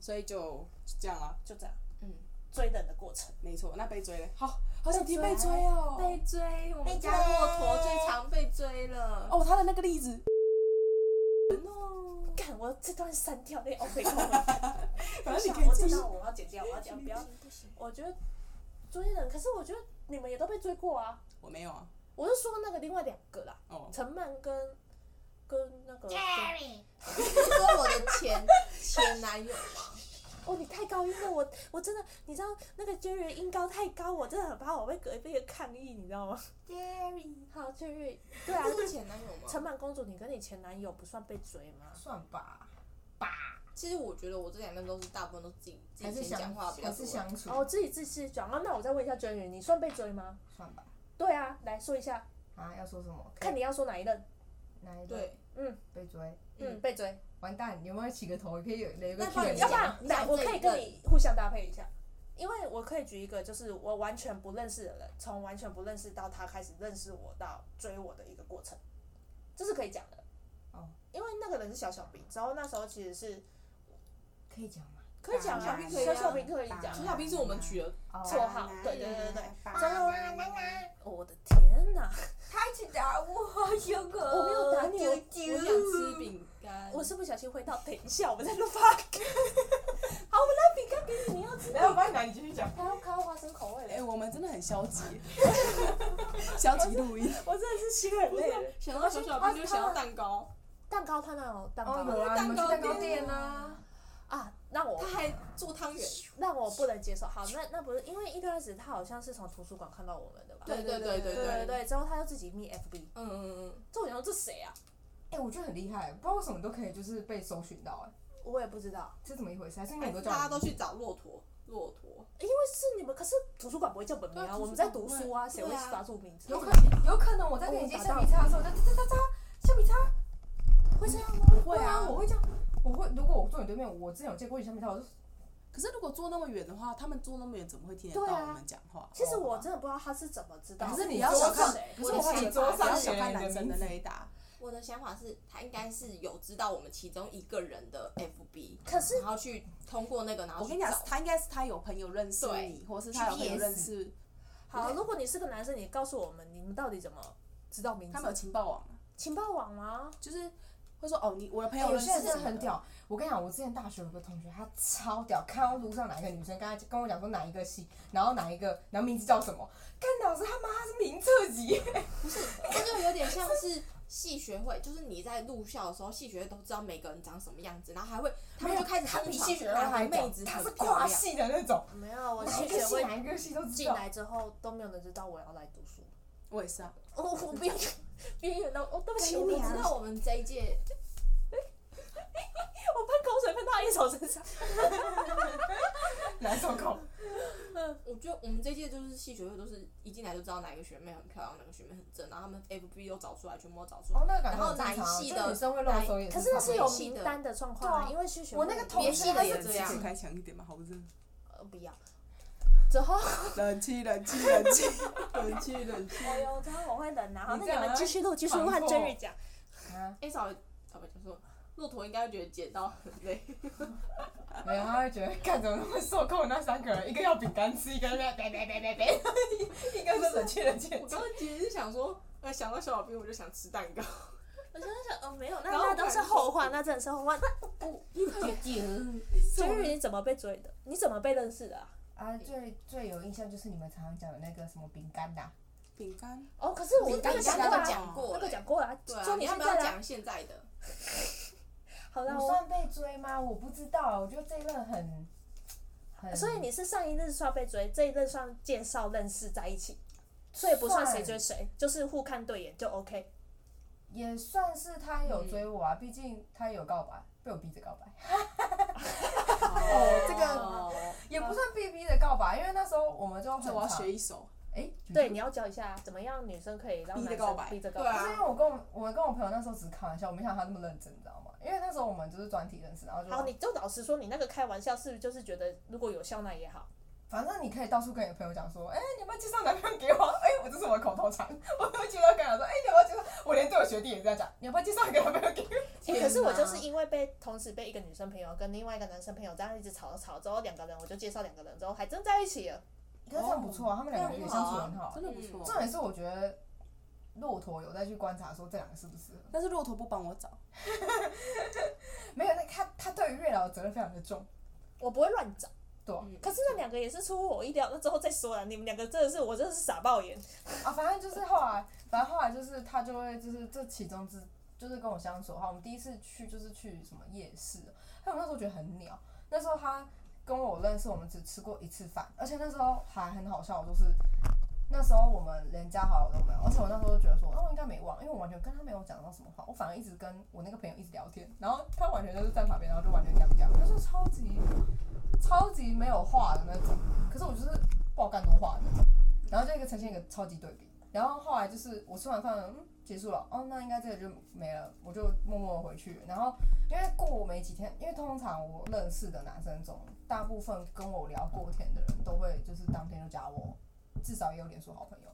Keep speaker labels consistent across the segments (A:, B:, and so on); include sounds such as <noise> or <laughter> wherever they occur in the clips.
A: 所以就这样啊，
B: 就这样，嗯，追人的过程。
A: 没错。那被追嘞，好好想听被追哦、
C: 被追，我们
B: 被
C: 家
B: 追
C: 骆驼最常被追了。
A: 哦，他的那个例子，哦
B: 干，我这段删掉那 OK 空了。
A: 反正你可
B: 我
A: 以自
B: 知
A: 己
B: 道我要剪掉，我要讲不要。
C: 不行，
B: 我觉得追人，可是我觉得你们也都被追过啊。
A: 我没有啊，
B: 我是说那个另外两个啦，
A: 哦，
B: 陈曼跟跟那个。
C: 你说我的前前男友吗？
B: 哦，你太高音了，我我真的，你知道那个 Jerry 音高太高，我真的很怕我被隔壁抗议，你知道吗？好，Jerry，对啊
C: 他，是前男友 <laughs> 吗？
B: 陈满公主，你跟你前男友不算被追吗？
D: 算吧，
C: 其实我觉得我这两段都是大部分都是自己自
D: 还
C: 己
D: 是
C: 先
D: 相
C: 讲话比较多。
D: 还是相处，
B: 哦，自己自私讲啊，那我再问一下 Jerry，你算被追吗？
D: 算吧。
B: 对啊，来说一下，
D: 啊，要说什么？
B: 看
D: 你
B: 你要说哪一任？
D: 哪一个
C: 对，
D: 被追，
C: 嗯
B: 嗯，被追，
D: 完蛋，有没有起个头？可以有有一个
C: 那
D: 去
C: 不然
D: 人啊
C: 你
B: 要不
D: 家
B: 然
C: 你讲
B: 来，我可以
C: 这一
B: 跟你互相搭配一下，因为我可以举一个，就是我完全不认识的人，从完全不认识到他开始认识我到追我的一个过程，这是可以讲的。
D: 哦，
B: 因为那个人是小小兵，然后那时候其实是
D: 可以讲吗？
B: 可以讲
A: 小
B: 啊
A: 兵，可以
B: 小
A: 啊
B: 小兵可以
C: 哦
B: 讲
A: 小
B: 啊。
A: 小兵是我们取的
B: 绰
D: 哦，
A: 啊
B: 号，对对对对对。
A: 然后
B: 我的天哪！
C: 他一直打我，有个
B: 我没有打你我
C: 我想吃饼干。
B: 我是不小心回到，等一下，我们在录 p o d 好，我们拿饼干给你，你要吃。
D: 然后我帮你拿，你继续讲。
B: 还要看到花生口味
A: 哎、
B: 的，
A: 我们真的很消 <laughs> 极，消极录音。
B: 我真的是心很累。
C: 想到小小兵就想要蛋糕，
B: 蛋糕他那有蛋
D: 哦，
B: 糕
D: 有啊，你
C: 蛋
D: 们
C: 糕
D: 去蛋糕
C: 店
D: 店啊。
B: 啊，让我
C: 他还做汤圆。
B: 让我不能接受。好，那那不是因为一开始他好像是从图书馆看到我们的吧？
C: 对对对
A: 对
C: 对
B: 对对
C: 对。
B: 对，之后他又自己密 FB，
C: 嗯嗯嗯，
B: 这我想说这谁啊？
D: 哎，我觉得很厉害，不知道为什么都可以就是被搜寻到，哎，
B: 我也不知道，
D: 这怎么一回事？还是你
C: 哎
D: 们都叫
C: 大家
D: 我
C: 都去找骆驼，骆驼。
B: 因为是你们，可是图书馆不会叫本名
C: 对
B: 啊，
C: 啊
B: 我们在读书啊，谁会
C: 对啊
B: 抓住名字？
D: 有可能，有可能我在跟你接橡皮擦的时候，我就擦擦擦橡皮擦，
B: 会这样吗？
D: 会啊，我会这样，我会如果我坐你对面，我之前有见过你橡皮擦，我就
A: 可是如果坐那么远的话，他们坐那么远怎么会听得
B: 对
A: 到
B: 啊
A: 我们讲话？
B: 其实我真的不知道他是怎么知道，
D: 可
A: 可是
D: 是
A: 你
D: 你
A: 要小看
D: 桌上，
B: 谁
A: 可
D: 我
A: 是你
D: 是
A: 要
D: 你桌
A: 小看不
D: 上
A: 要
D: 写
A: 小
D: 了
A: 看
D: 你的
A: 男生的
D: 名字
A: 那一打，
C: 我的想法是，他应该是有知道我们其中一个人的 FB，
B: 可是
C: 然后去通过那个，然后
A: 我
C: 去
A: 跟你讲
C: 找，
A: 他应该是他有朋友认识你，或是他有朋友认识，
B: 好，如果你是个男生，你告诉我们你们到底怎么知道名
A: 他们有
B: 字？
A: 情报网啊，
B: 情报网吗？
A: 就是会说哦，你我的朋
D: 哎
A: 友
D: 有
A: 认识
D: 些人真的
A: 你
D: 很
A: 了，
D: 屌，我跟你讲，我之前大学有个同学，他超屌，看到路上哪一个女生，跟他跟我讲说哪一个系，然后哪一个，然后名字叫什么，干老师他妈他是名册级，
C: 这就有点像是系学会，就是你在入校的时候，系学会都知道每个人长什么样子，然后还会他们就开始
D: 他
C: 疯
D: 比
C: 传
D: 系学会
C: 哪
D: 还
C: 个
D: 屌
C: 妹子
D: 他
C: 很
D: 是
C: 漂
D: 跨
C: 亮，
D: 系的那种，
B: 没有，我
D: 哪
B: 系
D: 一个
B: 学
D: 系
B: 会
D: 哪一个系都知
B: 进
D: 道。
B: 来之后都没有人知道我要来读书。
A: 我也是啊，
B: 哦，我边边缘到，哦，对不起，我
C: 我
B: 不
C: 不
B: 知
C: 知
D: 啊
B: 道，
C: 道我们这一届
B: 我喷口水喷到一手身上。
D: 来 <laughs> 受口，
C: 我觉得我们这届就是系学会，都是一进来就知道哪个学妹很漂亮，哪个学妹很正，然后他们 FB 都找出来，全部都找出来。
D: 哦，那个感
C: 然
D: 觉
C: 后
D: 很正常
C: 哪
D: 啊，
C: 一系
D: 就
C: 的
D: 女生会露手也
B: 可是那
D: 差不
B: 是
D: 多
B: 有
C: 别系
B: 名
C: 的
B: 单的状况
D: 对
B: 啊，
D: 啊
B: 因为去学
D: 我那个同
C: 别
D: 学
C: 系
D: 他
C: 的
D: 是
C: 也
A: 冷
C: 这
A: 气
C: 样
A: 可以开强一点嘛，好热，
B: 呃不要。之后，
A: 冷气冷气冷气冷气冷气，
B: 哎呦，之后我会冷啊。好，那
D: 你这
B: 你
D: 样
B: 们继续录，继续录，和
D: 防护
B: Jerry 讲。
D: 啊，
C: 哎，少少白讲说，骆驼应该会觉得剪刀很累，
D: 没有，他会觉得干怎么会受控？那三个人，一个要饼干吃，一个在别别别别别， <laughs> 一个是冷却冷
C: <laughs>
D: 却
C: 我。刚刚其实是想说，呃，想到小小兵我就想吃蛋糕。
B: 我真的是，哦，没有，那
C: 然后
B: 那
C: 我
B: 都
C: 本来
B: 是
C: 就
B: 后话，那真的是后话。那
D: <laughs>
A: 是我
B: Jerry 你怎么被追的？你怎么被认识的啊？
D: 啊，最最有印象就是你们常常讲的那个什么饼干呐、
A: 饼干，
B: 哦，可是我
C: 你
B: 那
C: 刚
B: 个
C: 刚
B: 讲过
C: 都
B: 啊，
C: 讲过
B: 那
C: 了
B: 个，讲过啊，
C: 对啊，
B: 说
C: 你要
B: 现
C: 不要
B: 在啊。
C: 讲现在的？
B: 好啦，
D: 我
B: 我。
D: 算被追吗？我不知道，我觉得这一任很，很
B: 所以你是上一任算被追，这一任算介绍认识在一起，所以不算谁追谁，就是互看对眼就 OK。
D: 也算是他有追我啊，毕竟他有告白，被我逼着告白， <laughs>
C: 哦
D: 这个也不算被逼着告白，因为那时候我们就
A: 这
D: 很
A: 我要
D: 常
A: 学一首，
D: 哎，
B: 对，你要教一下怎么样女生可以让
A: 逼着
B: 男
A: 告
B: 生
A: 白
B: 逼着告
C: 对
D: 就
C: 啊
D: 是因为我跟我我跟我朋友那时候只是开玩笑，我没想到他那么认真，你知道吗？因为那时候我们就是专题认识，然后就
B: 好，你就老实说，你那个开玩笑是不是就是觉得如果有笑那也好？
D: 反正你可以到处跟你的朋友讲说，哎、你要不要介绍男朋友给我？哎、我这是我的口头禅， <laughs> 我会介绍跟他说，哎、你要不要介绍？我连对我学弟也这样讲，你要不要介绍一个男朋友给我？
B: 欸可是我
C: 天哪
B: 就是因为被同时被一个女生朋友跟另外一个男生朋友这样一直吵吵，之后两个人我就介绍两个人，之后还真在一起了。
D: 可是这样不错啊，啊他们两个也相处很好。
A: 真的不错。
D: 重点是我觉得骆驼有再去观察说这两个适不适合，
A: 但是骆驼不帮我找，
D: 没有，那他他对于月老的责任非常的重，
B: 我不会乱找，
D: 对啊
B: 可是那两个也是出乎我意料，那之后再说了。你们两个真的是，我真的是傻爆眼。
D: 啊，反正就是后来，反正后来就是他就会就是这其中之就是跟我相处的话，我们第一次去就是去什么夜市，他们那时候觉得很鸟，那时候他跟我认识，我们只吃过一次饭，而且那时候还很好笑，就是那时候我们连加好友都没有，而且我那时候就觉得说，哦那、我应该没忘，因为我完全跟他没有讲到什么话，我反而一直跟我那个朋友一直聊天，然后他完全就是站旁边，然后就完全讲不讲，就是超级超级没有话的那种，可是我就是爆干多话的那种，然后就一个呈现一个超级对比，然后后来就是我吃完饭，嗯，结束了，哦，那应该这个就没了，我就默默的回去，然后。因为过没几天，因为通常我认识的男生中，大部分跟我聊过天的人都会就是当天就加我，至少也有脸书好朋友。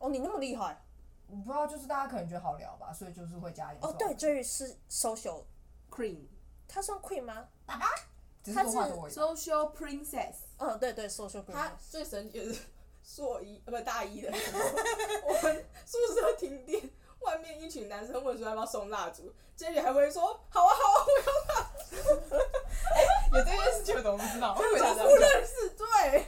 B: 哦，你那么厉害
D: 我不知道，就是大家可能觉得好聊吧，所以就是会加脸书。
B: 哦！对，，追于是 social，
A: Queen
B: 他算 queen 吗？
D: 只是说话多而已。
A: Social Princess，
B: 嗯，对对，social queen。
C: 他最神奇的是硕一呃不大一的时候，我们宿舍停电，外面一群男生问说要不要送蜡烛，杰里还会说好啊好啊，
D: 有这件事情我怎么不知道？我以为
C: 我
D: 是
C: 不认识，对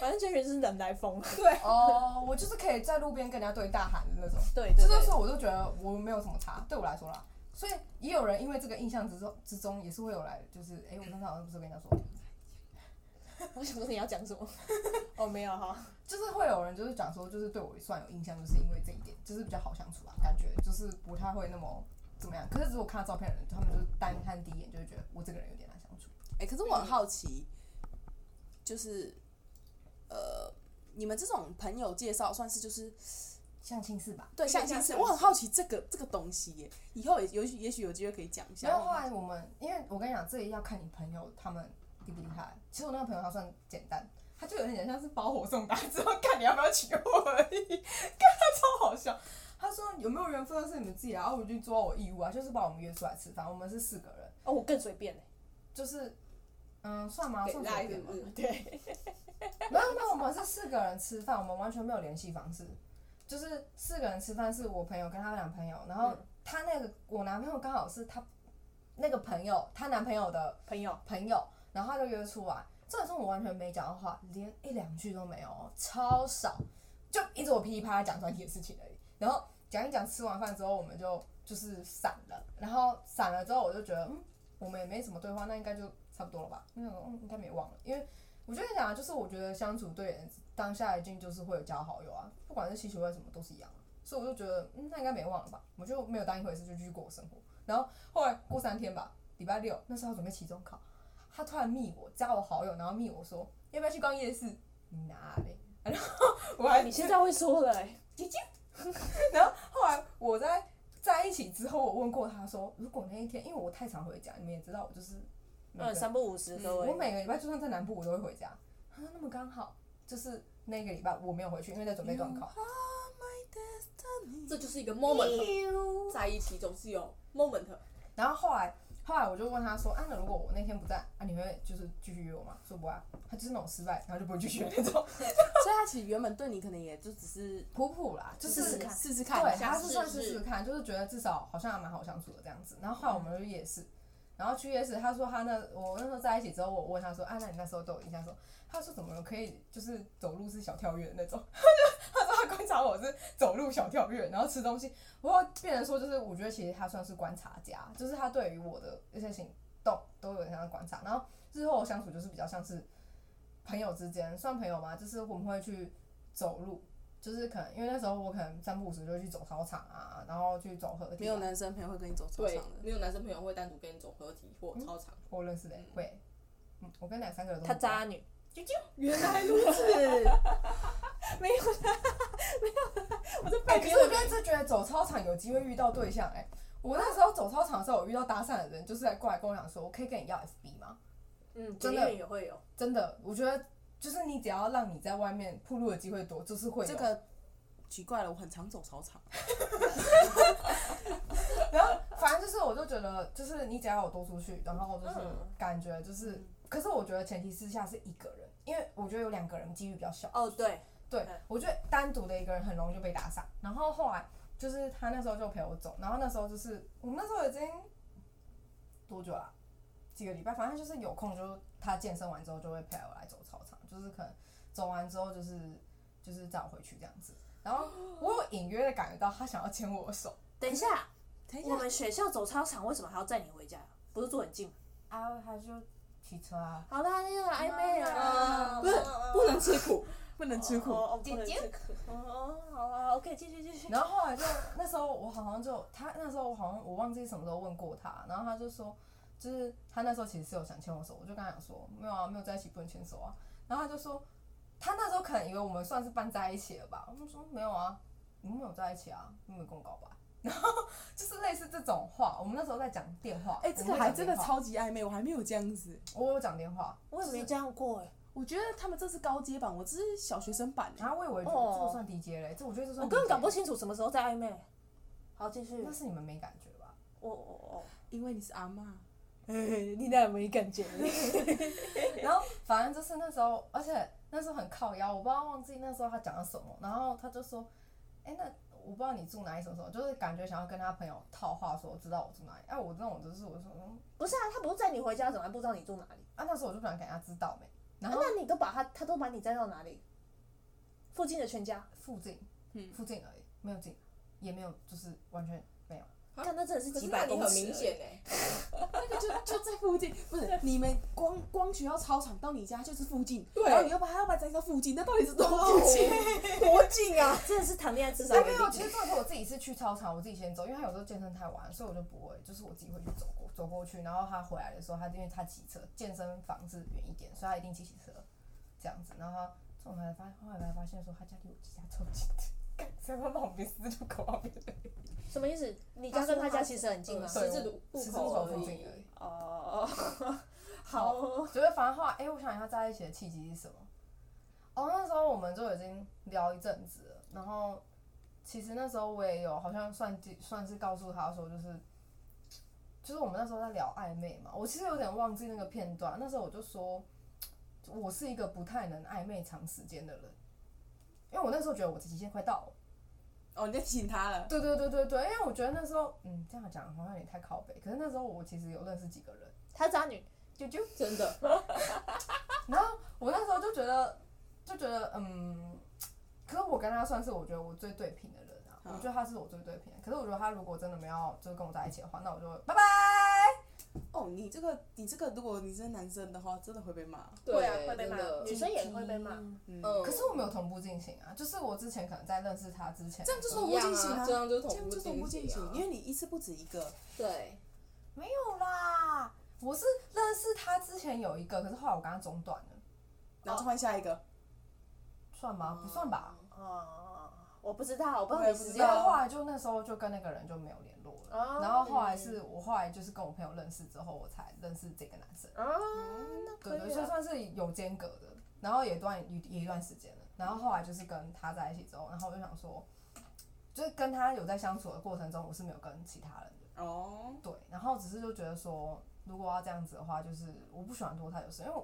B: 反正追于是人来疯。
C: 对，
D: 哦，我就是可以在路边跟人家对大喊的那种。
B: 对对
D: 这
B: 对
D: 就是我就觉得我没有什么差，对我来说啦。所以也有人因为这个印象之中之中也是会有来，就是哎、诶我刚才好像不是跟人家说，
B: 我想说你要讲什么？哦，没有哈。
D: 就是会有人就是讲说，就是对我算有印象，就是因为这一点，就是比较好相处啊，感觉就是不太会那么怎么样。可是如果看到照片的人，他们就是单看第一眼就会觉得我这个人有点难相处。
A: 哎、可是我很好奇，就是呃，你们这种朋友介绍算是就是
D: 相亲是吧？
A: 对
B: 有点
A: 相亲
B: 像
A: 是，
B: 相
A: 我很好奇这个这个东西耶，以后也有也许有机会可以讲一下。
D: 然后后来我们，因为我跟你讲，这里要看你朋友他们厉不厉害。其实我那个朋友他算简单，他就有点像是包火送达，之后看你要不要娶我而已，看他超好笑。他说有没有缘分是你们自己来，然后我就做我义务啊，就是把我们约出来吃饭，我们是四个人，
B: 哦，我更随便欸
D: 就是嗯算吗？
C: 给
D: 算
C: 蜡
D: 随
C: 一
D: 便
C: 点
D: 吗？
B: 对，
D: 没有没有，我们是四个人吃饭，我们完全没有联系方式。就是四个人吃饭是我朋友跟她男朋友，然后她那个我男朋友刚好是她那个朋友，她男朋友的
B: 朋友。
D: 朋友，然后她就约出来。这种时候我完全没讲到话，连一两句都没有哦，超少，就一直我噼里啪啦讲专题的事情而已。然后讲一讲，吃完饭之后我们就就是散了，然后散了之后我就觉得，嗯，我们也没什么对话，那应该就差不多了吧？那种嗯，应该没忘了，因为我就跟你讲啊，就是我觉得相处对人当下一定就是会有加好友啊，不管是吸球还是什么都是一样啊、所以我就觉得，嗯，那应该没忘了吧？我就没有当一回事，就继续过我生活。然后后来过三天吧，礼拜六那时候要准备期中考，他突然密我，加我好友，然后密我说要不要去逛夜市？哪嘞？然后我还 <laughs>
B: 你现在会说了欸
D: 然后后来我在在一起之后，我问过他说，如果那一天，因为我太常回家，你们也知道，我就是每个
B: 嗯，三不五十，各
D: 我
B: 位。
D: 每个礼拜就算在南部，我都会回家。他说那么刚好，就是那个礼拜我没有回去，因为在准备段考。
C: 这就是一个 moment，在一起总是有 moment，
D: 然后后来后来我就问他说，啊，那如果我那天不在，啊，你会就是继续约我吗？说不啊，他就是那种失败，然后就不会继续的那种，
A: 所以他其实原本对你可能也就只是
D: <laughs> 普普啦，就
A: 就是
B: 试试看
A: 试试看
D: 对，
A: 一
D: 他
A: 下。
D: 是
C: 试
D: 算
C: 试
D: 试试看，就是觉得至少好像还蛮好相处的这样子。然后后
A: 嗯
D: 来我们就去夜市，然后去夜市，他说他那我那时候在一起之后，我问他说，啊，那你那时候对我印象说，他说怎么可以就是走路是小跳跃的那种， <laughs> 他说他观察我是走路小跳跃，然后吃东西，不过变成说就是我觉得其实他算是观察家，就是他对于我的一些行动都有点像观察，然后日后相处就是比较像是朋友之间，算朋友嘛，就是我们会去走路。就是可能因为那时候我可能三不五时就会去走操场啊，然后去走河
A: 没
D: 堤、
A: 有
D: 啊。
A: 男生朋友会跟你走操
C: 对
A: 场，的，
C: 没有男生朋友会单独跟你走合体或操场，
D: 我认识的、会，嗯，我跟两三个人都
B: 她
D: 很
B: 渣女，
C: 原来如此，
B: 我在背
D: 哎、可
B: 别
D: 是我
B: 人。
D: 认真觉得走操场有机会遇到对象哎、我那时候走操场的时候，我遇到搭讪的人，就是来过来跟我讲说，我可以跟你要 FB 吗？
B: 嗯，
D: 真的
B: 捷运也会有。
D: 真的，我觉得就是你只要让你在外面铺路的机会多，就是会有
A: 这个奇怪了，我很常走操场，
D: 然后反正就是，我就觉得，就是你只要有多出去，然后就是
B: 嗯
D: 感觉就是，可是我觉得前提之下是一个人，因为我觉得有两个人几率比较小。
B: 哦，对，
D: 对
B: 嗯，
D: 我觉得单独的一个人很容易就被打散。然后后来就是他那时候就陪我走，然后那时候就是我们那时候已经多久了？几个礼拜，反正就是有空就他健身完之后就会陪我来走操场，就是可能走完之后就是就是载我回去这样子。然后我有隐约的感觉到他想要牵我的手
B: 等一下，
A: 等一
B: 我
A: 下，
B: 们学校走操场为什么还要载你回家？不是住很近吗？
D: 啊，他就骑车啊，
B: 好啦，那个暧昧啊，
A: 不是不能吃
C: <laughs>
A: 苦，不能吃苦，
B: 哦，
C: 姐姐，
B: 哦，好了，OK，继续继续。
D: 然后后来就那时候我好像就他那时候我好像我忘记什么时候问过他，然后他就说，就是他那时候其实是有想牵我手，我就跟他讲说没有啊，没有在一起不能牵手啊。然后他就说，他那时候可能以为我们算是半在一起了吧，我就说没有啊，你们没有在一起啊，你们有跟我搞吧。 <laughs> 然后就是类似这种话，我们那时候在讲电话，
A: 哎、这
D: 我
A: 个
D: 们在
A: 还
D: 讲
A: 真的
D: 电话，
A: 超级暧昧，我还没有这样子。
D: 我有讲电话，
B: 我也没这样过哎，
A: 我觉得他们这是高阶版，我这是小学生版欸、
D: 然后我以为这
B: 哦
D: 这算 DJ 嘞，这我觉得这算
B: 我根本搞不
D: DJ
B: 清楚什么时候在暧昧。好，继续
D: 那。是你们没感觉吧？
B: 我我
A: 因为你是阿妈，
B: 我，你俩没感觉？
D: 然后反正就是那时候，而且那时候很靠腰，我不知道忘记那时候他讲了什么，然后他就说，哎、那我不知道你住哪里什么什么，就是感觉想要跟他朋友套话说知道我住哪里，哎、我这种就是我就说，嗯
B: 不是啊，他不是载你回家，怎么还不知道你住哪里？
D: 啊那时候我就不想给他知道没，然
B: 啊
D: 后
B: 那你都把他，他都把你载到哪里？附近的全家，
D: 附近，
A: 嗯
D: 附近而已，没有近，也没有就是完全没有，
C: 啊
B: 看那真的是
C: 可
B: 几
C: 是那
B: 百
C: 里
B: 公
C: 很
B: 尺
C: 明
B: 而已。
C: 显哎、
A: 那个就就在附近，不是你们光光学校操场到你家就是附近，
C: 对
A: 然后你又把它要把它摘到附近，那到底是多
C: 哦
A: 近？
C: 多近啊！
B: 真的是谈恋爱至少 <laughs>
D: 哎、
B: 有
D: 没
B: 一
D: 有，
B: 定
D: 其实这时候我自己是去操场，我自己先走，因为他有时候健身太晚，所以我就不会，就是我自己会去走过走过去，然后他回来的时候，他因为他骑车，健身房是远一点，所以他一定骑骑车这样子，然后他这种才发后来才发现说他家离我家超近的，干在他旁边十字路口旁边，
B: 什么意思？你家跟他家其实很近啊。
D: 对
C: 十字路
D: 十
C: 路
D: 字路口
C: 口
D: 附
C: 而
D: 近而
C: 已
D: 已。。
B: 哦，好，
D: 就是反正后来，哎、我想一下在一起的契机是什么？哦，那时候我们就已经聊一阵子了，然后其实那时候我也有好像算计算是告诉他说，就是就是我们那时候在聊暧昧嘛，我其实有点忘记那个片段，那时候我就说我是一个不太能暧昧长时间的人，因为我那时候觉得我的极限快到了。
A: 哦，你在提醒他了。
D: 对对对对对，因为我觉得那时候，嗯，这样讲好像也太靠北，可是那时候我其实有认识几个人。
B: 他渣女，
D: 啾啾，
C: 真的，
D: 然后我那时候就觉得，就觉得嗯，可是我跟他算是我觉得我最对平的人啊，
A: 嗯
D: 我觉得他是我最对平的。可是我觉得他如果真的没有就是跟我在一起的话，那我就拜拜。
A: 哦，你这个你这个，如果你是男生的话，真的会被骂。
B: 会啊会被骂
C: 真的
B: 女生也会被骂
A: 嗯，
C: 嗯，
D: 可是我没有同步进行啊，就是我之前可能在认识他之前，
A: 这样就是同
C: 一
A: 步
C: 样
A: 进行
C: 啊，
A: 啊，
C: 这样就
A: 这样
C: 步
A: 就同步进行，因
C: 为
A: 为你一次不止一个。
C: 对，
D: 没有啦。我是认识他之前有一个，可是后来我跟他中断了，
A: 然后就换下一个，
D: 算吗？不算吧。
B: 哦，我不知道，我不知
A: 我
B: 道
A: 也
B: 你
A: 不
B: 时
A: 知
B: 间
D: 然
A: 道
D: 后后来就那时候就跟那个人就没有联络了。
B: 哦
D: 然后后
A: 嗯
D: 来是我后来就是跟我朋友认识之后，我才认识这个男生。
B: 啊，那可
D: 对对，
B: 以
D: 所以
B: 啊。
D: 算是有间隔的，然后也段也也一段时间了，然后后来就是跟他在一起之后，然后我就想说，就是跟他有在相处的过程中，我是没有跟其他人的，
A: 哦，
D: 对，然后只是就觉得说，如果要这样子的话，就是我不喜欢拖太久时间，因为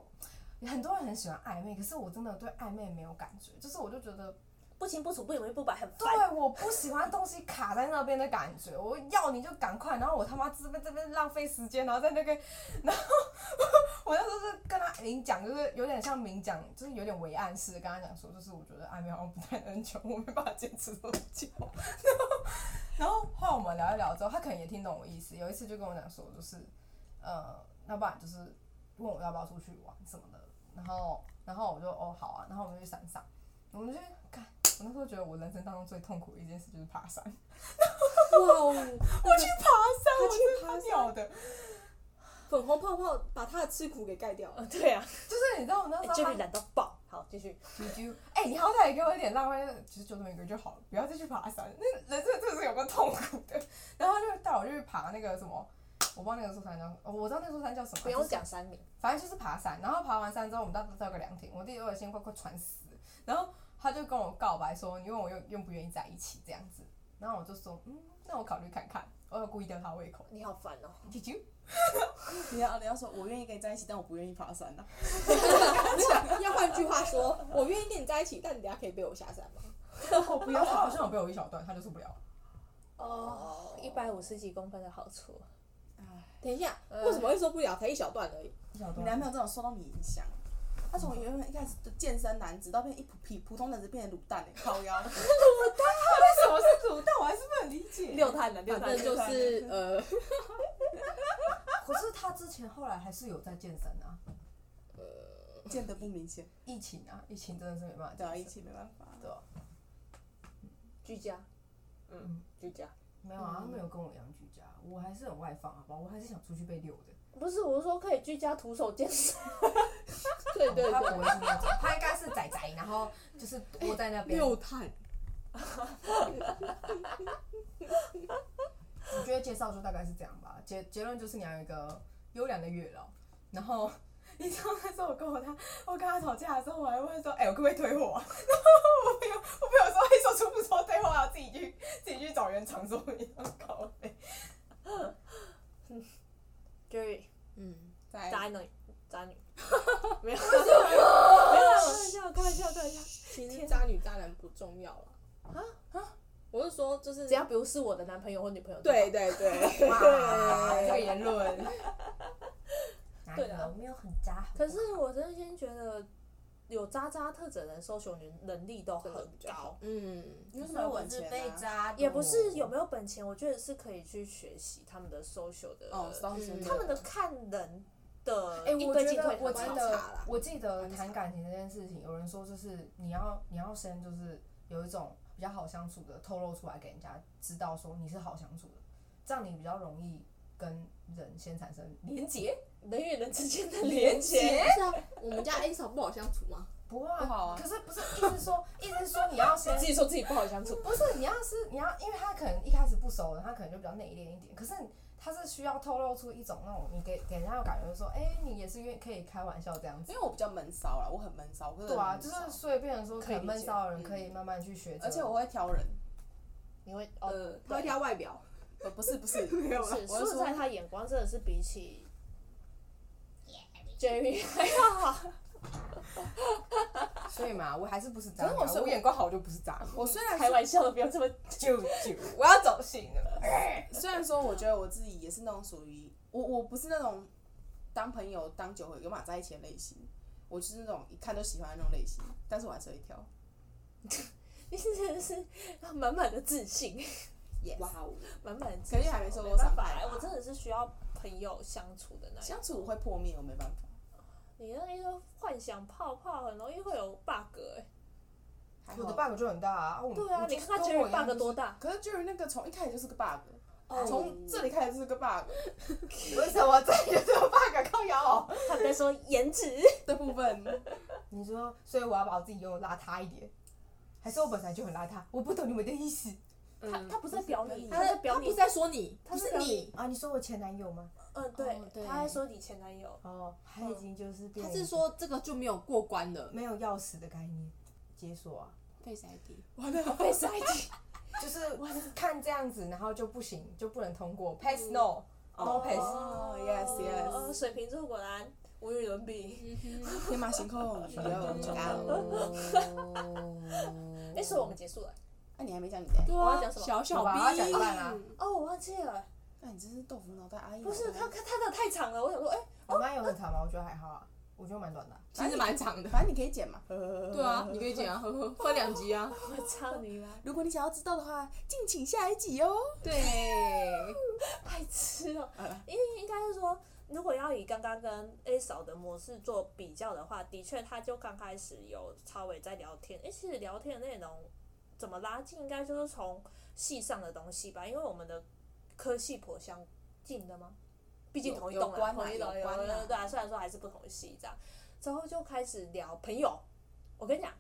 D: 我很多人很喜欢暧昧，可是我真的对暧昧没有感觉，就是我就觉得，
B: 不清不楚、不明不白，很烦。
D: 对，啊我不喜欢东西卡在那边的感觉，我要你就赶快，然后我他妈这边这边浪费时间，然后在那个， <laughs> 然后我那时候是跟他明讲，就是有点像明讲，就是有点微暗示，跟他讲说，就是我觉得暧昧好像不太能久，我没办法坚持多久。 <laughs> 然后，然后后来我们聊一聊之后，他可能也听懂我意思，有一次就跟我讲说，就是呃，要不然就是问我要不要出去玩什么的，然后然后我就哦好啊，然后我们就去山上，我们就去看。我那时候觉得我人生当中最痛苦的一件事就是爬山，
C: 哇哦，
D: 我去爬山，
A: 他
D: 我
A: 去
D: 去
A: 爬
D: 爬
A: 山
D: 掉的，
C: 粉红泡泡把他的吃苦给盖掉了。
B: 呃 <laughs> 对啊，
D: 就是你知道我那时候
B: 这
D: 还
B: 里懒到爆。好，继续。
D: 啾啾，哎、你好歹也给我一点浪漫，其实就这么一个就好了，不要再去爬山，那人生真的是有个痛苦的。然后就带我去爬那个什么我不知道那个座山叫什么，哦我知道那个座山叫什么，
B: 不用讲山名，
D: 反正就是爬山，然后爬完山之后，我们到到有个凉亭，我弟我先快快喘死，然后他就跟我告白说，你问我愿愿不愿意在一起这样子，然后我就说，嗯，那我考虑看看，我有故意吊他胃口，
B: 你好烦哦、
D: 啾啾，
A: 你要你要说，我愿意跟你在一起，但我不愿意爬山呐、啊
C: 要换句话说，我愿意跟你在一起，但你等下可以背我下山吗？
D: 我不要，他好像有被我一小段，他就受不了，
B: 哦，一百五十几公分的好处，
C: 等一下，为什么会受不了？才一小段而已。
D: 一小
A: 你男
D: 段，
A: 朋友真的受到你影响。他从原本一开始的健身男子，到变一普普普通男子，变成卤蛋欸，靠腰。
D: 为什么是主但我还是不能理解。
A: 六碳的，六
C: 反正就是呃，
D: 可是他之前后来还是有在健身啊，
A: 见得不明显，
D: 疫情啊，疫情真的是没办法
A: 对啊，
D: 健
A: 一
D: 身，
A: 起没办法。
D: 对啊，
C: <laughs> 居家，嗯，居家。
D: 没有啊，
C: 嗯
D: 他没有跟我一样居家，我还是很外放，好不好？我还是想出去被遛的。
B: 不是我是说可以居家徒手健身，
C: 对对
D: 他
C: 对，
D: 不会是那种，他应该是仔仔，然后就是窝在那
C: <laughs>
D: 边。
C: 六碳，
D: 我觉得介绍就大概是这样吧。结结论就是你要有一个优良的月老，然后。你知道那时候我跟我他，我跟他吵架的时候，我还问说，哎、我可不可以推我、啊？ <laughs> 然后我朋友，我朋友说，哎，手出不抽推我啊，自己去自己去找原厂说 <laughs> 一样搞呗。
B: 就是
A: 嗯，
B: <laughs> 渣男渣女，没有，
C: 笑，开玩笑，开玩笑。嗯其实渣女渣男不重要了
B: 啊
C: 啊！我是说，就是
B: 只要不是我的男朋友或女朋友，
C: 对，啊对对，
D: 哇，这个言论，
C: 对
D: 哪
C: 啊
D: 有没有很渣。
B: 可是我真的先觉得有渣渣特质的人，搜寻能能力都很
C: 真的比较
B: 高
C: 好，
A: 嗯，
D: 就
A: 为什
D: 是
A: 么有
D: 我
A: 本
D: 是
A: 钱
D: 被
A: 啊？
D: 渣，
B: 也不
D: 哦
B: 是有没有本钱，我觉得是可以去学习他们的 social 的，
A: 哦，知道是
C: 嗯
B: 他们的看人的
D: 哎、
B: 应
D: 我
B: 对
D: 觉
B: 进退
D: 得，
B: 很
D: 我
B: 高
D: 记
C: 观察
D: 得
C: 啦，
D: 我记得
C: 观察
D: 谈感情这件事情，有人说就是你要你要先就是有一种比较好相处的透露出来给人家知道说你是好相处的，这样你比较容易跟人先产生连结。
B: 人与人之间的连接，
C: 是啊，我们家 A 嫂不好相处吗？
D: 不会啊，
A: 不好啊
D: 可是不是意思说意思说你要先
B: 自己说自己不好相处，
D: 不是，你要是你要，因为他可能一开始不熟的，他可能就比较内敛一点。可是他是需要透露出一种那种你给给人家的感觉，就是说，哎、你也是愿可以开玩笑这样子。
A: 因为我比较闷骚啦，我很闷骚，我个人
D: 对啊，
A: 很
D: 就
A: 闷
D: 是
A: 骚
D: 所以变成说，
B: 可以
D: 能闷
B: 理解
D: 骚的人
A: 嗯
D: 可以慢慢去学着。
A: 而且我会挑人，
B: 啊你会哦，
C: 呃，他会挑外表，
A: 呃，不是不
B: <laughs>
A: 是，
C: 没有
B: 是，
C: 啦
A: 我是
B: 说实
A: 说
B: 在，他眼光真的是比起 Jerry 还要好。
D: 所以嘛，我还是不是渣
A: 可是
D: 男，
A: 我是
D: 我眼光好就不是渣男，
A: <laughs> 我虽然
B: 开玩笑的，不要这么。
D: 就就我要走心了。
A: 虽然说，我觉得我自己也是那种属于我，我不是那种当朋友当久有马在一起的类型，我就是那种一看就喜欢的那种类型，但是我还是会挑。
B: 你真的是 <laughs> 满满的自信，
A: Yes，
C: 哇哦，
B: 满满的自信。
A: 肯定还没受过
B: 我办法
A: 伤害吧
B: 我真的是需要朋友相处的那一种。
A: 相处我会破灭，我没办法。
B: 你那一个幻想泡泡很容易会有 bug 哎、
A: 还
D: 我的
A: 好，
D: bug 就很大啊，我
B: 对啊，
D: 我
B: 你
D: 就
B: 看他
D: 是跟我
B: Jerry
D: 一样
B: bug 多大？
A: 可是 Jerry 那个从一开始就是个 bug，
B: 哦
A: 从这里开始就是个 bug
D: 为什么这里就是有 bug 靠
B: <laughs>
D: 摇哦？
B: 他在说颜值，
A: 的部分。
D: 你说，所以我要把我自己用得邋遢一点，还是我本来就很邋遢？我不懂你们的意思
B: 他啊他不是在表你，
A: 他
B: 他在表
C: 他不
B: 你
C: 是，在说你，
B: 他是
C: 是你，
D: 啊！你说我前男友吗？
B: 嗯对
C: 哦，对
B: 他在说你前男友， <laughs>
D: 哦，他已经就是变
C: 他
D: 成
C: 是说这个就没有过关了。
D: 没有钥匙的概念解锁啊，
C: Face ID，
B: 被塞进。
D: 就是看这样子，然后就不行，就不能通过 pass no no
A: 哦
D: pass。
C: <laughs>
A: 哦，yes
B: 呃
A: yes，
B: 水瓶座果然无与伦比。
A: 天马行空，宇宙
B: 啊
C: 嗯
A: 高。
B: 那时候我们结束了，
A: 那啊你还没讲你的？
B: 我要讲什么
C: 啊小
D: 好
C: 小
D: 吧我要讲一
C: 兵，
D: 半啊啦。
B: 哦，我忘记了，
A: 那你真是豆腐脑袋阿姨。
B: 不是他他他的太长了，我想说，哎、
D: 我妈有很长吗？我觉得还好啊，我觉得蛮短的啊。
C: 其实蛮长的。
A: 反正你可以剪
B: <laughs>
A: 嘛。
C: 对
A: 对
C: 啊，你可以剪啊，呵呵，分两集啊。
B: <laughs> 我操你妈，
A: 如果你想要知道的话，敬请下一集哦。
C: 对，
B: 白痴哦、
A: 好了
B: 因为应该是说，如果要以刚刚跟 A 嫂的模式做比较的话，的确，他就刚开始有超伟在聊天，诶、其实聊天的内容怎么拉近，应该就是从戏上的东西吧，因为我们的科系颇相近的吗？毕竟同一栋
A: 有关啦
B: 啦，同一栋，
A: 有关啦
B: 对对啊，虽然说还是不同系这样，之后就开始聊朋友，我跟你讲，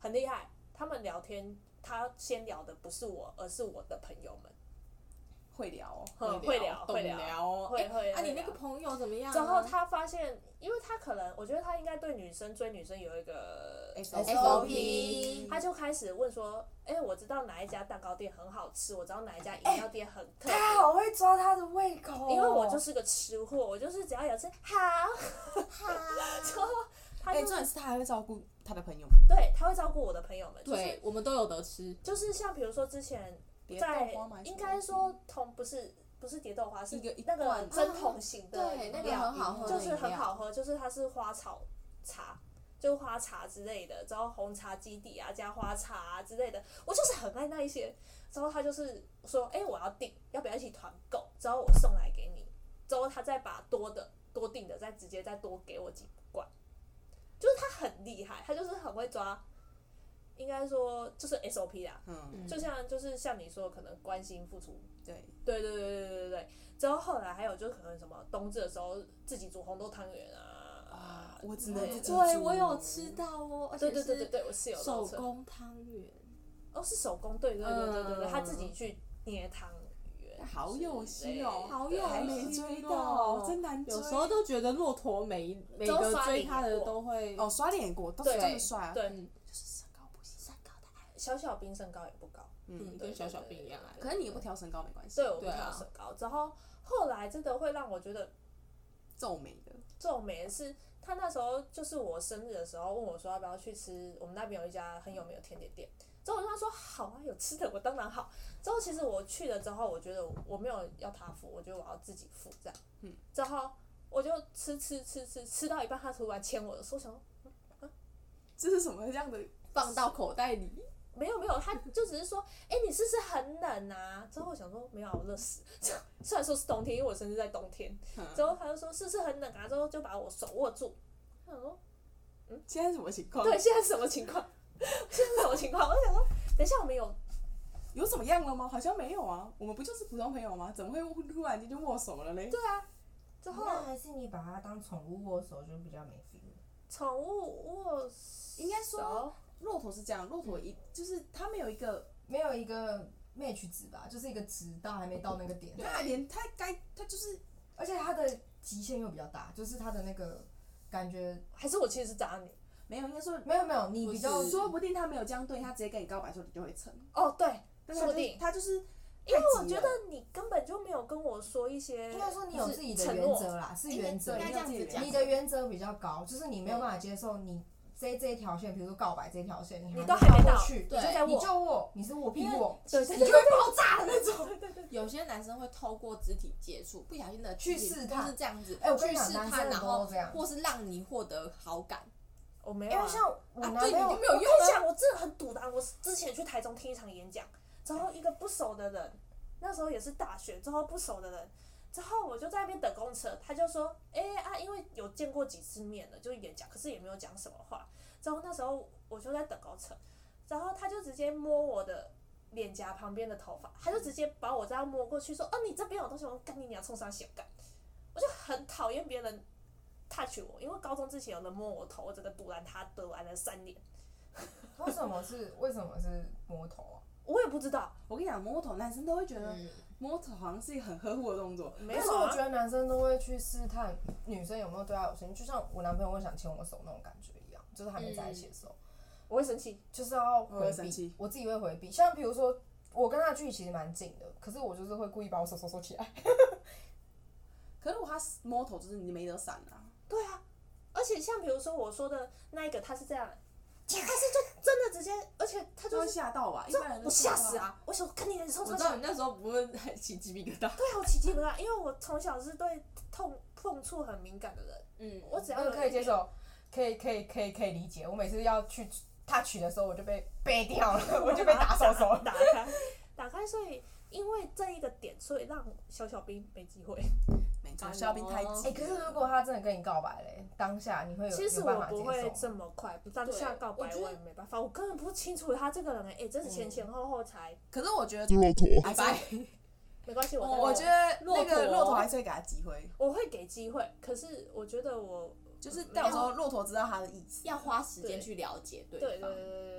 B: 很厉害，他们聊天，他先聊的不是我，而是我的朋友们。
A: 会聊哦，
B: 嗯会聊
A: 懂
B: 会聊
A: 聊哦。
B: 会
A: 哎
B: 会
A: 啊，
B: 会
A: 你那
B: 聊
A: 个朋友怎么样啊？
B: 之后他发现，因为他可能，我觉得他应该对女生追女生有一个
A: 哎 SOP
B: 他就开始问说：“哎、我知道哪一家蛋糕店很好吃，我知道哪一家饮
A: 哎
B: 料店很特别。
D: 他好会抓他的胃口哦，
B: 因为我就是个吃货，我就是只要有吃好，
C: <laughs>
B: 之后他
A: 哎，
B: 就、
A: 重点是他还会照顾他的朋友，
B: 对他会照顾我的朋友们，就是
C: 对，我们都有得吃。
B: 就是像比如说之前
A: 别
B: 在
A: 豆花买什么
B: 应该说同不是不是蝶豆花是
A: 一个一
B: 那个
A: 罐啊
B: 针筒型的
A: 对那
B: 饮
A: 个
B: 料
A: 很好喝的
B: 就是很
A: 饮料
B: 好喝，就是它是花草茶，就花茶之类的，然后红茶基底啊加花茶、啊、之类的，我就是很爱那一些。之后他就是说，哎、我要订，要不要一起团购？之后我送来给你，之后他再把多的多订的再直接再多给我几罐，就是他很厉害，他就是很会抓，应该说就是 SOP 啦，
A: 嗯，
B: 就像就是像你说，可能关心付出
A: 对，
B: 对对对对对对对。之后后来还有就是可能什么冬至的时候自己煮红豆汤圆啊，
A: 我只能自己
C: 对，
A: 煮
C: 我有吃到哦，而
B: 对
C: 且
B: 对对对
C: 是
B: 对，我室友都
C: 手
B: 吃
C: 工汤圆，
B: 哦是手工，对对对对对对，
A: 嗯
B: 他自己去捏汤圆，
A: 好有心哦
B: 对
C: 好有
A: 还没
C: 心
A: 追
C: 哦
A: 到，真难追。
C: 有时候都觉得骆驼每每
B: 都
C: 个
B: 刷
C: 追
B: 脸
C: 他的
B: 过
C: 都会
A: 哦，刷脸过都是
B: 对
A: 真的帅啊，
B: 对
A: 嗯就是身高不行，身高的，
B: 小小冰身高也不高，
A: 嗯，
C: 跟小小兵一样啊。
A: 可是你也不挑身高没关系
B: 对，，我不
C: 对啊
B: 挑身高。之后后来真的会让我觉得
A: 皱眉的，
B: 皱眉是。他那时候就是我生日的时候，问我说要不要去吃我们那边有一家很有名的甜点店。之后我就跟他说好啊，有吃的我当然好。之后其实我去了之后，我觉得我没有要他付，我觉得我要自己付这样。
A: 嗯。
B: 之后我就吃吃吃吃吃到一半，他突然牵我的手，我想说
A: 这是什么样的
C: 放到口袋里，
B: 没有没有，他就只是说，哎、你是不是很冷啊？之后我想说没有啊，我热死。 <laughs> 虽然说是冬天，因为我生日在冬天。之后他就说是不是很冷啊？之后就把我手握住。我想说
A: 现在什么情况？
B: 对，，现在是什么情况？现在是什么情况？我想说，等一下我们有
A: 有怎么样了吗？好像没有啊，我们不就是普通朋友吗？怎么会突然间就握手了嘞？
B: 之后
D: 那还是你把它当宠物握手就比较没 feel。
B: 宠物握手，
A: 应该说骆驼是这样，骆驼一就是他没有一个，
D: 没有一个 match 值吧，就是一个值到还没到那个点，
A: 他连他该他就是
D: 而且它的极限又比较大，就是它的那个感觉
B: 还是我其实是渣女。
A: 没有，应该说嗯
D: 没有没有，你比较
A: 哦说不定他没有这样对你，他直接跟你告白说你就会成，
B: 哦，对，
A: 但是
B: 说
A: 他
B: 不定
A: 就他就是
B: 因为
A: 太
B: 我
A: 急
B: 觉
A: 了
B: 得你根本就没有跟我说一些，
D: 应该说你有自己的
B: 承
D: 原
B: 诺
D: 则啦，是原则
A: 应，该这样子讲
D: 你的原则比较高，就是你没有办法接受你这这一条线，比如说告白这条线，
B: 你
D: 你
B: 都还
D: 还
B: 没
D: 过
B: 到
D: 去，
B: 对
D: 你就在
B: 你
D: 握，就握，你是握屁握，
B: 对
D: 你
B: 对
D: 就
B: 对
D: 会爆炸的那种。
C: 有些男生会透过肢体接触，不小心的
D: 去
C: 肢体
D: 试探
C: 就是这样子，
D: 哎我跟
C: 去
D: 你讲
C: 试
D: 男
C: 探，
D: 生
C: 然
D: 很多
C: 后
D: 都这样
C: 或是让你获得好感。
B: 我没有、
D: 因
B: 啊
D: 为。像我
C: 啊，
D: 男
C: 对你就
D: 朋友
C: 没，有
B: 我跟
C: 用
B: 你
C: 啊。
B: 讲，我真的很堵然。我之前去台中听一场演讲，之后一个不熟的人，那时候也是大学，之后不熟的人，之后我就在那边等公车，他就说，哎、啊，因为有见过几次面了，就是演讲，可是也没有讲什么话。之后那时候我就在等公车，然后他就直接摸我的。脸颊旁边的头发，他就直接把我这样摸过去，说：“哦、你这边有东西，我说干你娘，冲上小干。”我就很讨厌别人 touch 我，因为高中之前有人摸我头，我整个堵然他堵然了三年。
D: 为什么是为什么是摸头啊？
B: 我也不知道，
A: 我跟你讲，摸头男生都会觉得
C: 嗯
A: 摸头好像是一个很呵护的动作，
B: 没
D: 但
B: 有
D: 是我
B: 啊
D: 觉。得男生都会去试探女生有没有对他有兴趣，就像我男朋友会想牵我手那种感觉一样，就是还没在一起的时候，
B: 我会生气，
D: 就是要
A: 我
D: 回
A: 会生
D: 避
A: 气。
D: 我自己会回避，像比如说我跟他的距离其实蛮近的，可是我就是会故意把我手收收起来。
A: 可如果他摸头就是你没得闪啊，
B: 对啊。而且像比如说我说的那一个，他是这样，但是就真的直接，而且他
A: 就
B: 就
A: 会
B: 是
A: 吓到吧，一
B: 这
A: 般人
B: 我
A: 都
B: 吓
A: 到
B: 死！啊！我想我看你很受
C: 我
B: 伤
C: 知，道你那时候不会很起鸡皮疙瘩。
B: 对啊，我起鸡皮疙瘩，因为我从小是对痛碰触很敏感的人，
C: 嗯，
B: 我只要
D: 那
B: 有
D: 个可以接受，可以可以可以可以理解。我每次要去 touch 的时候，我就被背掉了， <laughs> 我就被打
B: <laughs>
D: 手手。
B: 打开，打开，所以因为这一个点，所以让小小兵没机会。
A: 没
C: 哎
A: 错，
C: 呦
A: 肖冰太
D: 哎、
A: 急。
D: 可是如果他真的跟你告白嘞，当下你会有
B: 其实
D: 有办
B: 我
D: 法接
B: 不
D: 受
B: 会这
D: 吗
B: 么快，当下告白
C: 对我觉得
B: 我也没办法，我根本不清楚他这个人哎、欸真是前前后后才，
A: 可是我觉得，
E: 猪肉坨。
A: 还是
C: 拜
B: 没关系，我再
A: 我
B: 问
A: 觉得
C: 骆
A: 那
C: 驼
A: 个骆驼还是会给他机会，
B: 我会给机会，可是我觉得我
A: 就是到时候骆驼知道他的意思。
C: 要花时间去了解对
B: 对对对
C: 方
B: 对。对对对对对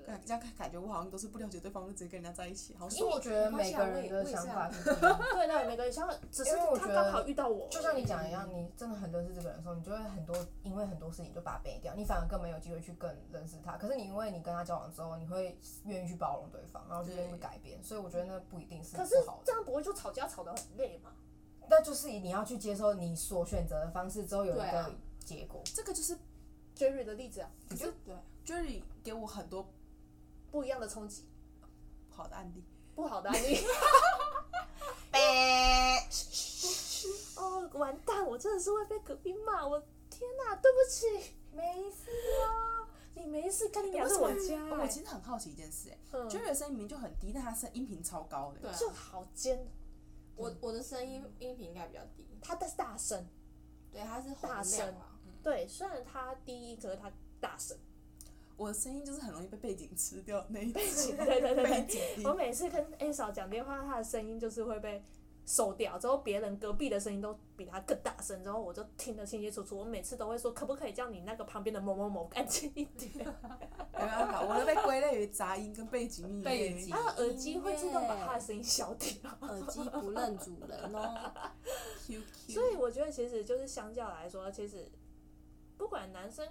A: 可感这样感觉我好像都是不了解对方，就直接跟人家在一起，好
D: 因
A: 爽
D: 为。啊我觉得每个人的想法是不一样 <laughs> 的。
B: 对对，每个人想法，只是
D: 因为我
B: 他
D: 觉得
B: 刚好遇到我，啊
D: 就像你讲一样，你真的很认识这个人的时候，你就会很多因为很多事情就把他背掉，你反而更没有机会去更认识他。可是你因为你跟他交往之后，你会愿意去包容对方，然后就愿意
A: 对
D: 改变，所以我觉得那不一定是
B: 可是
D: 不好
B: 这
D: 的。
B: 样不会就吵架吵得很累吗？
D: 那就是你要去接受你所选择的方式之后有一
B: 对啊
D: 个结果。
A: 这个就是
B: Jerry 的例子啊，
A: 可是
C: 对
A: Jerry 给我很多
B: 不一样的冲击，
A: 好的案例，
B: 不好的啊案
D: <laughs>
B: 例。哦，完蛋！我真的是会被隔壁骂，我天哪、对不起，啊
D: 没事，
B: 你没事，跟你俩
A: 为
B: 是
A: 什么
B: 我家、
A: 哦我
B: 欸，
A: 其实很好奇一件事、哎、
B: 嗯
A: j e r r y 的声音明明就很低，但他声音频超高的、
C: 对啊，
B: 就好尖，
C: 我我的声音音频应该比较低，
B: 他的大声，
C: 对，它是
B: 大
C: 洪
B: 声
C: 亮嘛，嗯
B: 对，虽然他低音，可是他大声，
A: 我的声音就是很容易被背景吃掉那
B: <laughs>
A: 一种。
B: 对对对对
A: 背。景音
B: 我每次跟 A 嫂讲电话，她的声音就是会被收掉，之后别人隔壁的声音都比她更大声，之后我就听得清清楚楚。我每次都会说，可不可以叫你那个旁边的某某某安静一点？
A: 没办法，我都被归类于杂音跟背景音。
C: 背景
B: 她的耳机会自动把她的声音消掉。
C: <laughs> 耳机不认主人哦。
A: QQ。
B: 所以我觉得，其实就是相较来说，其实不管男生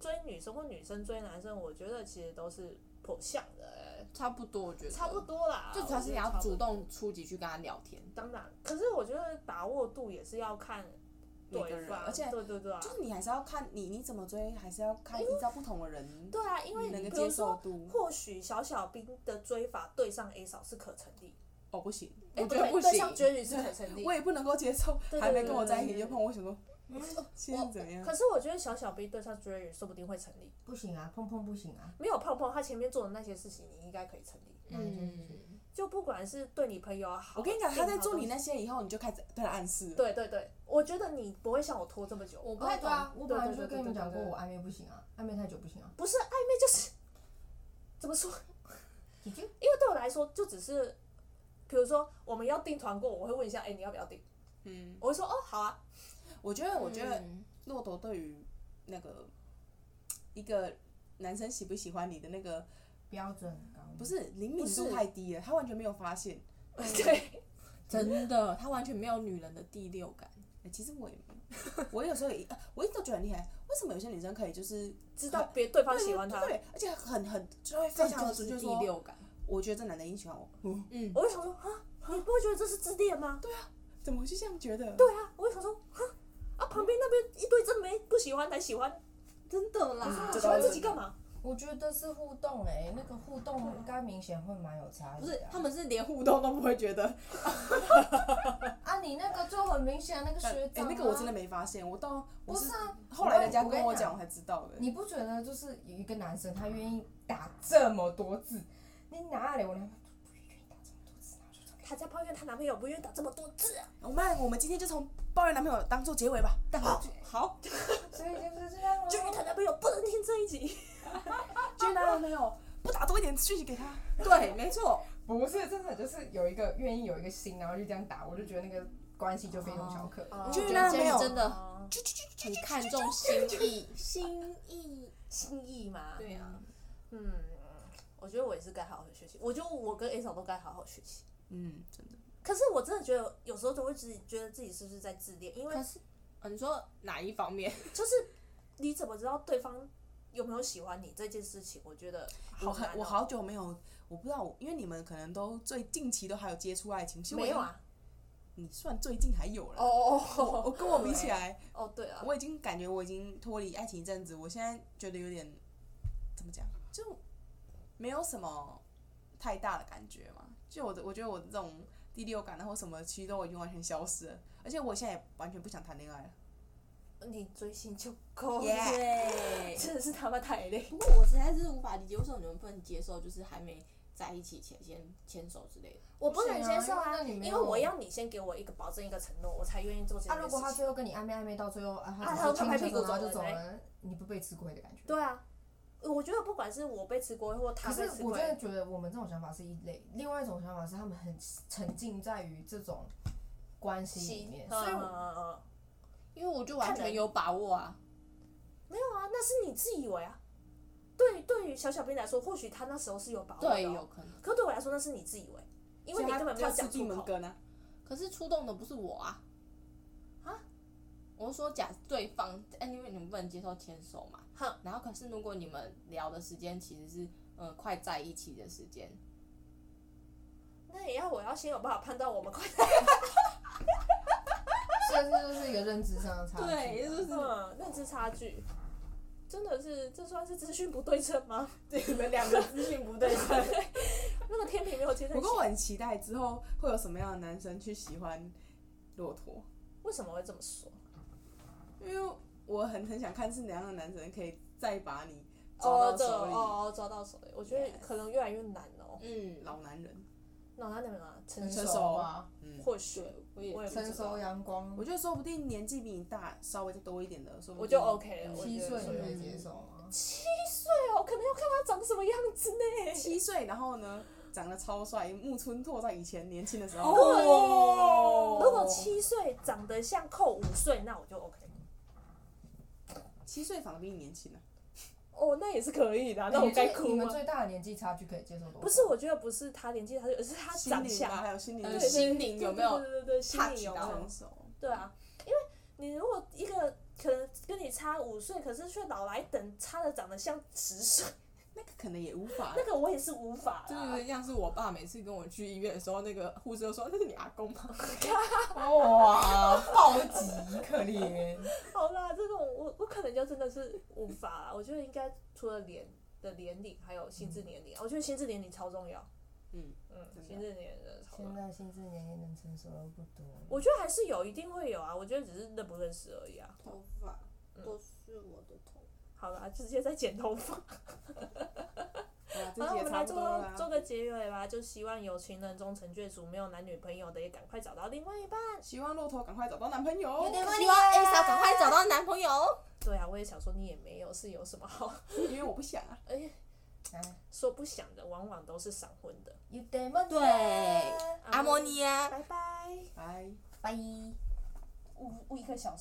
B: 追女生或女生追男生，我觉得其实都是颇像的、欸
C: 差不多，我觉得
B: 差不，多啦。
C: 就主要是你
B: 我觉得
C: 要
B: 差不多
C: 主动出击去跟他聊天。
B: 当然，可是我觉得把握度也是要看
A: 每个
B: 对
A: 人
B: 方，
A: 而且
B: 对对对啊，
A: 就是你还是要看你你怎么追，还是要看依照不同的人
B: 对啊，因为
A: 能
B: 比
A: 够
B: 如
A: 接受
B: 说，
A: 度。
B: 或许小小兵的追法对上 A 嫂是可成立，
A: 哦，不行，
B: 哎，不
C: 我觉得
B: 对，
C: 不
B: 对
C: 行
B: 上 Jerry 是可成立
A: <laughs> 我。也不能够接受，
B: 对对
A: 还没
B: 对
A: 跟我在一
B: 对
A: 起就碰，我想说，嗯 <laughs> 现在怎么样？
B: 可是我觉得小小兵对上 Jerry 说不定会成立，
D: 不行啊，碰碰不行啊。
B: 没有泡泡，他前面做的那些事情，你应该可以成立。
C: 嗯，
B: 就不管是对你朋友好，
A: 我跟你讲，他在做
B: 做
A: 你那些以后，你就开始对他暗示了。
B: 对对对，我觉得你不会像我拖这么久，哦
C: 我不太
D: 对
C: 懂，
D: 啊，我本来
B: 对对对
D: 就跟你们
B: 对
D: 讲
B: 对
D: 过，
B: 对
D: 我暧昧不行啊，暧昧太久不行啊。
B: 不是暧昧就是怎么说？
D: 姐姐，
B: 因为对我来说，就只是，比如说我们要订团购，我会问一下，哎、你要不要订？
A: 嗯，
B: 我会说，哦，好啊。
A: 我觉得，我觉得
C: 嗯
A: 骆驼对于那个一个男生喜不喜欢你的那个，
D: 标准很高，
A: 不是灵敏
B: 不是
A: 度太低了，他完全没有发现。
B: <laughs> 对，
C: 真的，他完全没有女人的第六感。
A: 哎其实我也没有，我有时候也，呃我一直都觉得很厉害。为什么有些女生可以就是
B: 知道别对方喜欢他，
A: 对，而且很很就会非常的准确
C: 第
A: 说，
C: 六感。
A: 我觉得这男的一定喜欢我，嗯，
C: 嗯，
B: 我就想说，啊，你不会觉得这是自恋吗？对
A: 怎么会是这样觉得？
B: 啊，我就想说，啊啊，旁边那边一堆真没不喜欢才喜欢，
C: 真的啦
D: 嗯
B: 喜
D: 这
B: 欢
D: 倒是
B: 自己干嘛？
D: 我觉得是互动哎、那个互动应该明显会蛮有差异、啊。
C: 不是，他们是连互动都不 <laughs> 会觉得。
D: 啊，你那个就很明显，那个
A: 但
D: 学
A: 哎
D: 长、啊
A: 那个我真的没发现，我到
D: 不
A: 我
D: 是
A: 是
D: 啊。
A: 后来人家
D: 我
A: 跟我
D: 跟你讲
A: 讲，我才知道的。
D: 你不觉得就是有一个男生他愿意打这么多字，你哪里我男
B: 她在抱怨她男朋友不愿意打这么多字、啊，
A: 我们我们今天就从抱怨男朋友当做结尾吧。但好，
C: 好，
D: 所以就是这样啊。
B: 就是她男朋友不能听这一集。
A: 居然男朋友不打多一点讯息给他，
C: 对，没错，
D: 不是真的，就是有一个愿意有一个心，然后就这样打，我就觉得那个关系就非同小可。
B: 哦
A: 居
C: 觉
A: 然
C: 得
A: 没有
C: Jerry 真的
B: 哦
A: 啾啾啾啾
C: 很看重心意，心意。
B: 心意嘛。
C: 对啊，
B: 嗯，我觉得我也是该好好学习。我觉得我跟 A 嫂都该好好学习。
A: 嗯，真的。
B: 可是我真的觉得有时候都会自己觉得自己是不是在自恋，因为
C: 可是，啊你说哪一方
B: <laughs>
C: 面？
B: 就是你怎么知道对方有没有喜欢你这件事情？我觉得
A: 我
B: 好难、哦
A: 很我好久没有，我不知道我，因为你们可能都最近期都还有接触爱情，其实我
B: 没有，啊？
A: 你算最近还有了。
B: 哦
A: 我我跟我比起来，
B: 哦， <laughs> 对啊，
A: 我已经感觉我已经脱离爱情一阵子，我现在觉得有点怎么讲，就没有什么太大的感觉嘛。就我的，我觉得我这种第六感啊或什么，其实都已经完全消失了。而且我现在也完全不想谈恋爱了。
B: 你追星就够了
A: Yeah
C: 哦对。
B: 真的是他妈太累。
C: 不过我实在是无法理解，为什么你们不能接受，就是还没在一起前先牵手之类的。
B: 我不能接受
D: 不行啊
B: 啊，
D: 因为那你没
B: 因
D: 有
B: 为我要你先给我一个保证，一个承诺，我才愿意做这件
D: 啊，
B: 事
D: 如果他
B: 情。
D: 最后跟你暧昧暧昧到最后啊，
B: 啊
D: 只
B: 他
D: 是亲
B: 拍
D: 亲
B: 屁股
D: 然后
B: 走
D: 就
B: 了
D: 走
B: 嘞
D: 了，哎你不被吃亏的感觉。
B: 对啊，我觉得不管是我被吃锅或他
D: 可
B: 被
D: 是
B: 吃
D: 我
B: 锅，
D: 真的觉得我们这种想法是一类，另外一种想法是他们很沉浸在于这种关系里面，所以
B: 嗯
D: 我
B: 嗯嗯嗯
C: 因为我就完全有把握啊，
B: 没有啊，那是你自以为啊。对，对于小小兵来说，或许他那时候是有把握
E: 对，
B: 的、
E: 有
B: 哦，
E: 可能。
B: 可对我来说那是你自以为，因为
A: 所以
B: 你根
A: 他
B: 本没有
A: 他
B: 讲
A: 是闭
B: 出
A: 门
B: 口。
A: 羹啊，
E: 可是出动的不是我啊！
B: 啊？
E: 我是说假对方，哎，因为你们不能接受牵手嘛。
B: 哼。
E: 然后可是如果你们聊的时间其实是呃快在一起的时间，
B: 那也要我要先有办法判断我们快
D: 所以这就是一个认知上的差距。
A: 对，就是
B: 嗯，认知差距，真的是这算是资讯不对称吗？
C: 对，你们两个资讯不对称。
B: <laughs> 那个天平没有接在一
A: 不
B: 起
A: 过，我很期待之后会有什么样的男生去喜欢骆驼，
B: 为什么会这么说？
A: 因为我很很想看是哪样的男生可以再把你抓
B: 哦，
A: 到
B: 这
A: 手里。
B: 哦抓到手里，我觉得
A: Yes
B: 可能越来越难哦。
E: 嗯，
A: 老男人，
B: 那他怎么啊？成
D: 成
B: 熟，啊
D: 熟啊，
A: 嗯，
B: 或许
E: 我也
B: 我也不
D: 成
B: 知道哎
D: 熟，阳光
A: 我，觉得说不定年纪比你大稍微再多一点的，说不定
B: 我就 OK 了。我
D: 七
B: 觉得
D: 岁
B: 是
D: 你可以
B: 嗯
D: 接受吗？
B: 对哦，可能要看他长什么样子呢。
A: 七岁，然后呢长得超帅，木村拓哉以前年轻的时候，
B: 哦如果七岁长得像扣五岁，那我就 OK。
A: 七岁长得比你年轻啊，
B: 哦，那也是可以的啊。那我该
D: 你
B: 哭
D: 们
B: 吗？
D: 最大的年纪差距可以接受多少？
B: 不是，我觉得不是他年纪，他就而是他
A: 心
B: 长
A: 灵吧，
B: 相。
A: 还有心灵
E: 呃
A: 的
B: 对
E: 心灵有没有
B: 对对对对对，心灵
A: touch
B: 有没
A: 到
B: 有
A: 成？熟，
B: 对啊，因为你如果一个可能跟你差五岁，可是却老来等差的长得像十岁，
A: 那个可能也无法
B: 那个我也是无法
C: 就
B: 啦。
C: 是像是我爸每次跟我去医院的时候，那个护士就说：“那是你阿公吗
E: <laughs>
D: 哇，暴击，可怜。
B: 好啦，这种我我可能就真的是无法啦。我觉得应该除了脸的年龄，还有心智年龄，我觉得心智年龄超重要。
A: 嗯
B: 嗯，
A: 真的
B: 心智年龄真的超重
D: <laughs> 现
B: 要。
D: 在心智年龄能成熟的不多。
B: 我觉得还是有，一定会有啊。我觉得只是认不认识而已啊。
E: 头发
B: 嗯
E: 都是我的头
B: 好啦，直接在剪头发。
A: 啊，这
B: 好了，
A: 集
B: 我
A: 也
B: 们
A: 差
B: 来
A: 不
B: 做
A: 多了
B: 做
A: 啊。
B: 个结尾吧，就希望有情人终成眷属，没有男女朋友的也赶快找到另外一半。
A: 希望骆驼赶快找到男朋友，
E: 希望 A 嫂赶快找到男朋友。
B: 对啊，我也想说你也没有是有什么好，
A: <laughs> 因为我不想啊。
B: 而且
D: 哎，
B: 说不想的往往都是闪婚的。
D: 有点问
E: 对，阿莫尼亚。啊
B: 拜拜，
A: 拜。
D: 拜。
B: 五五一个小时。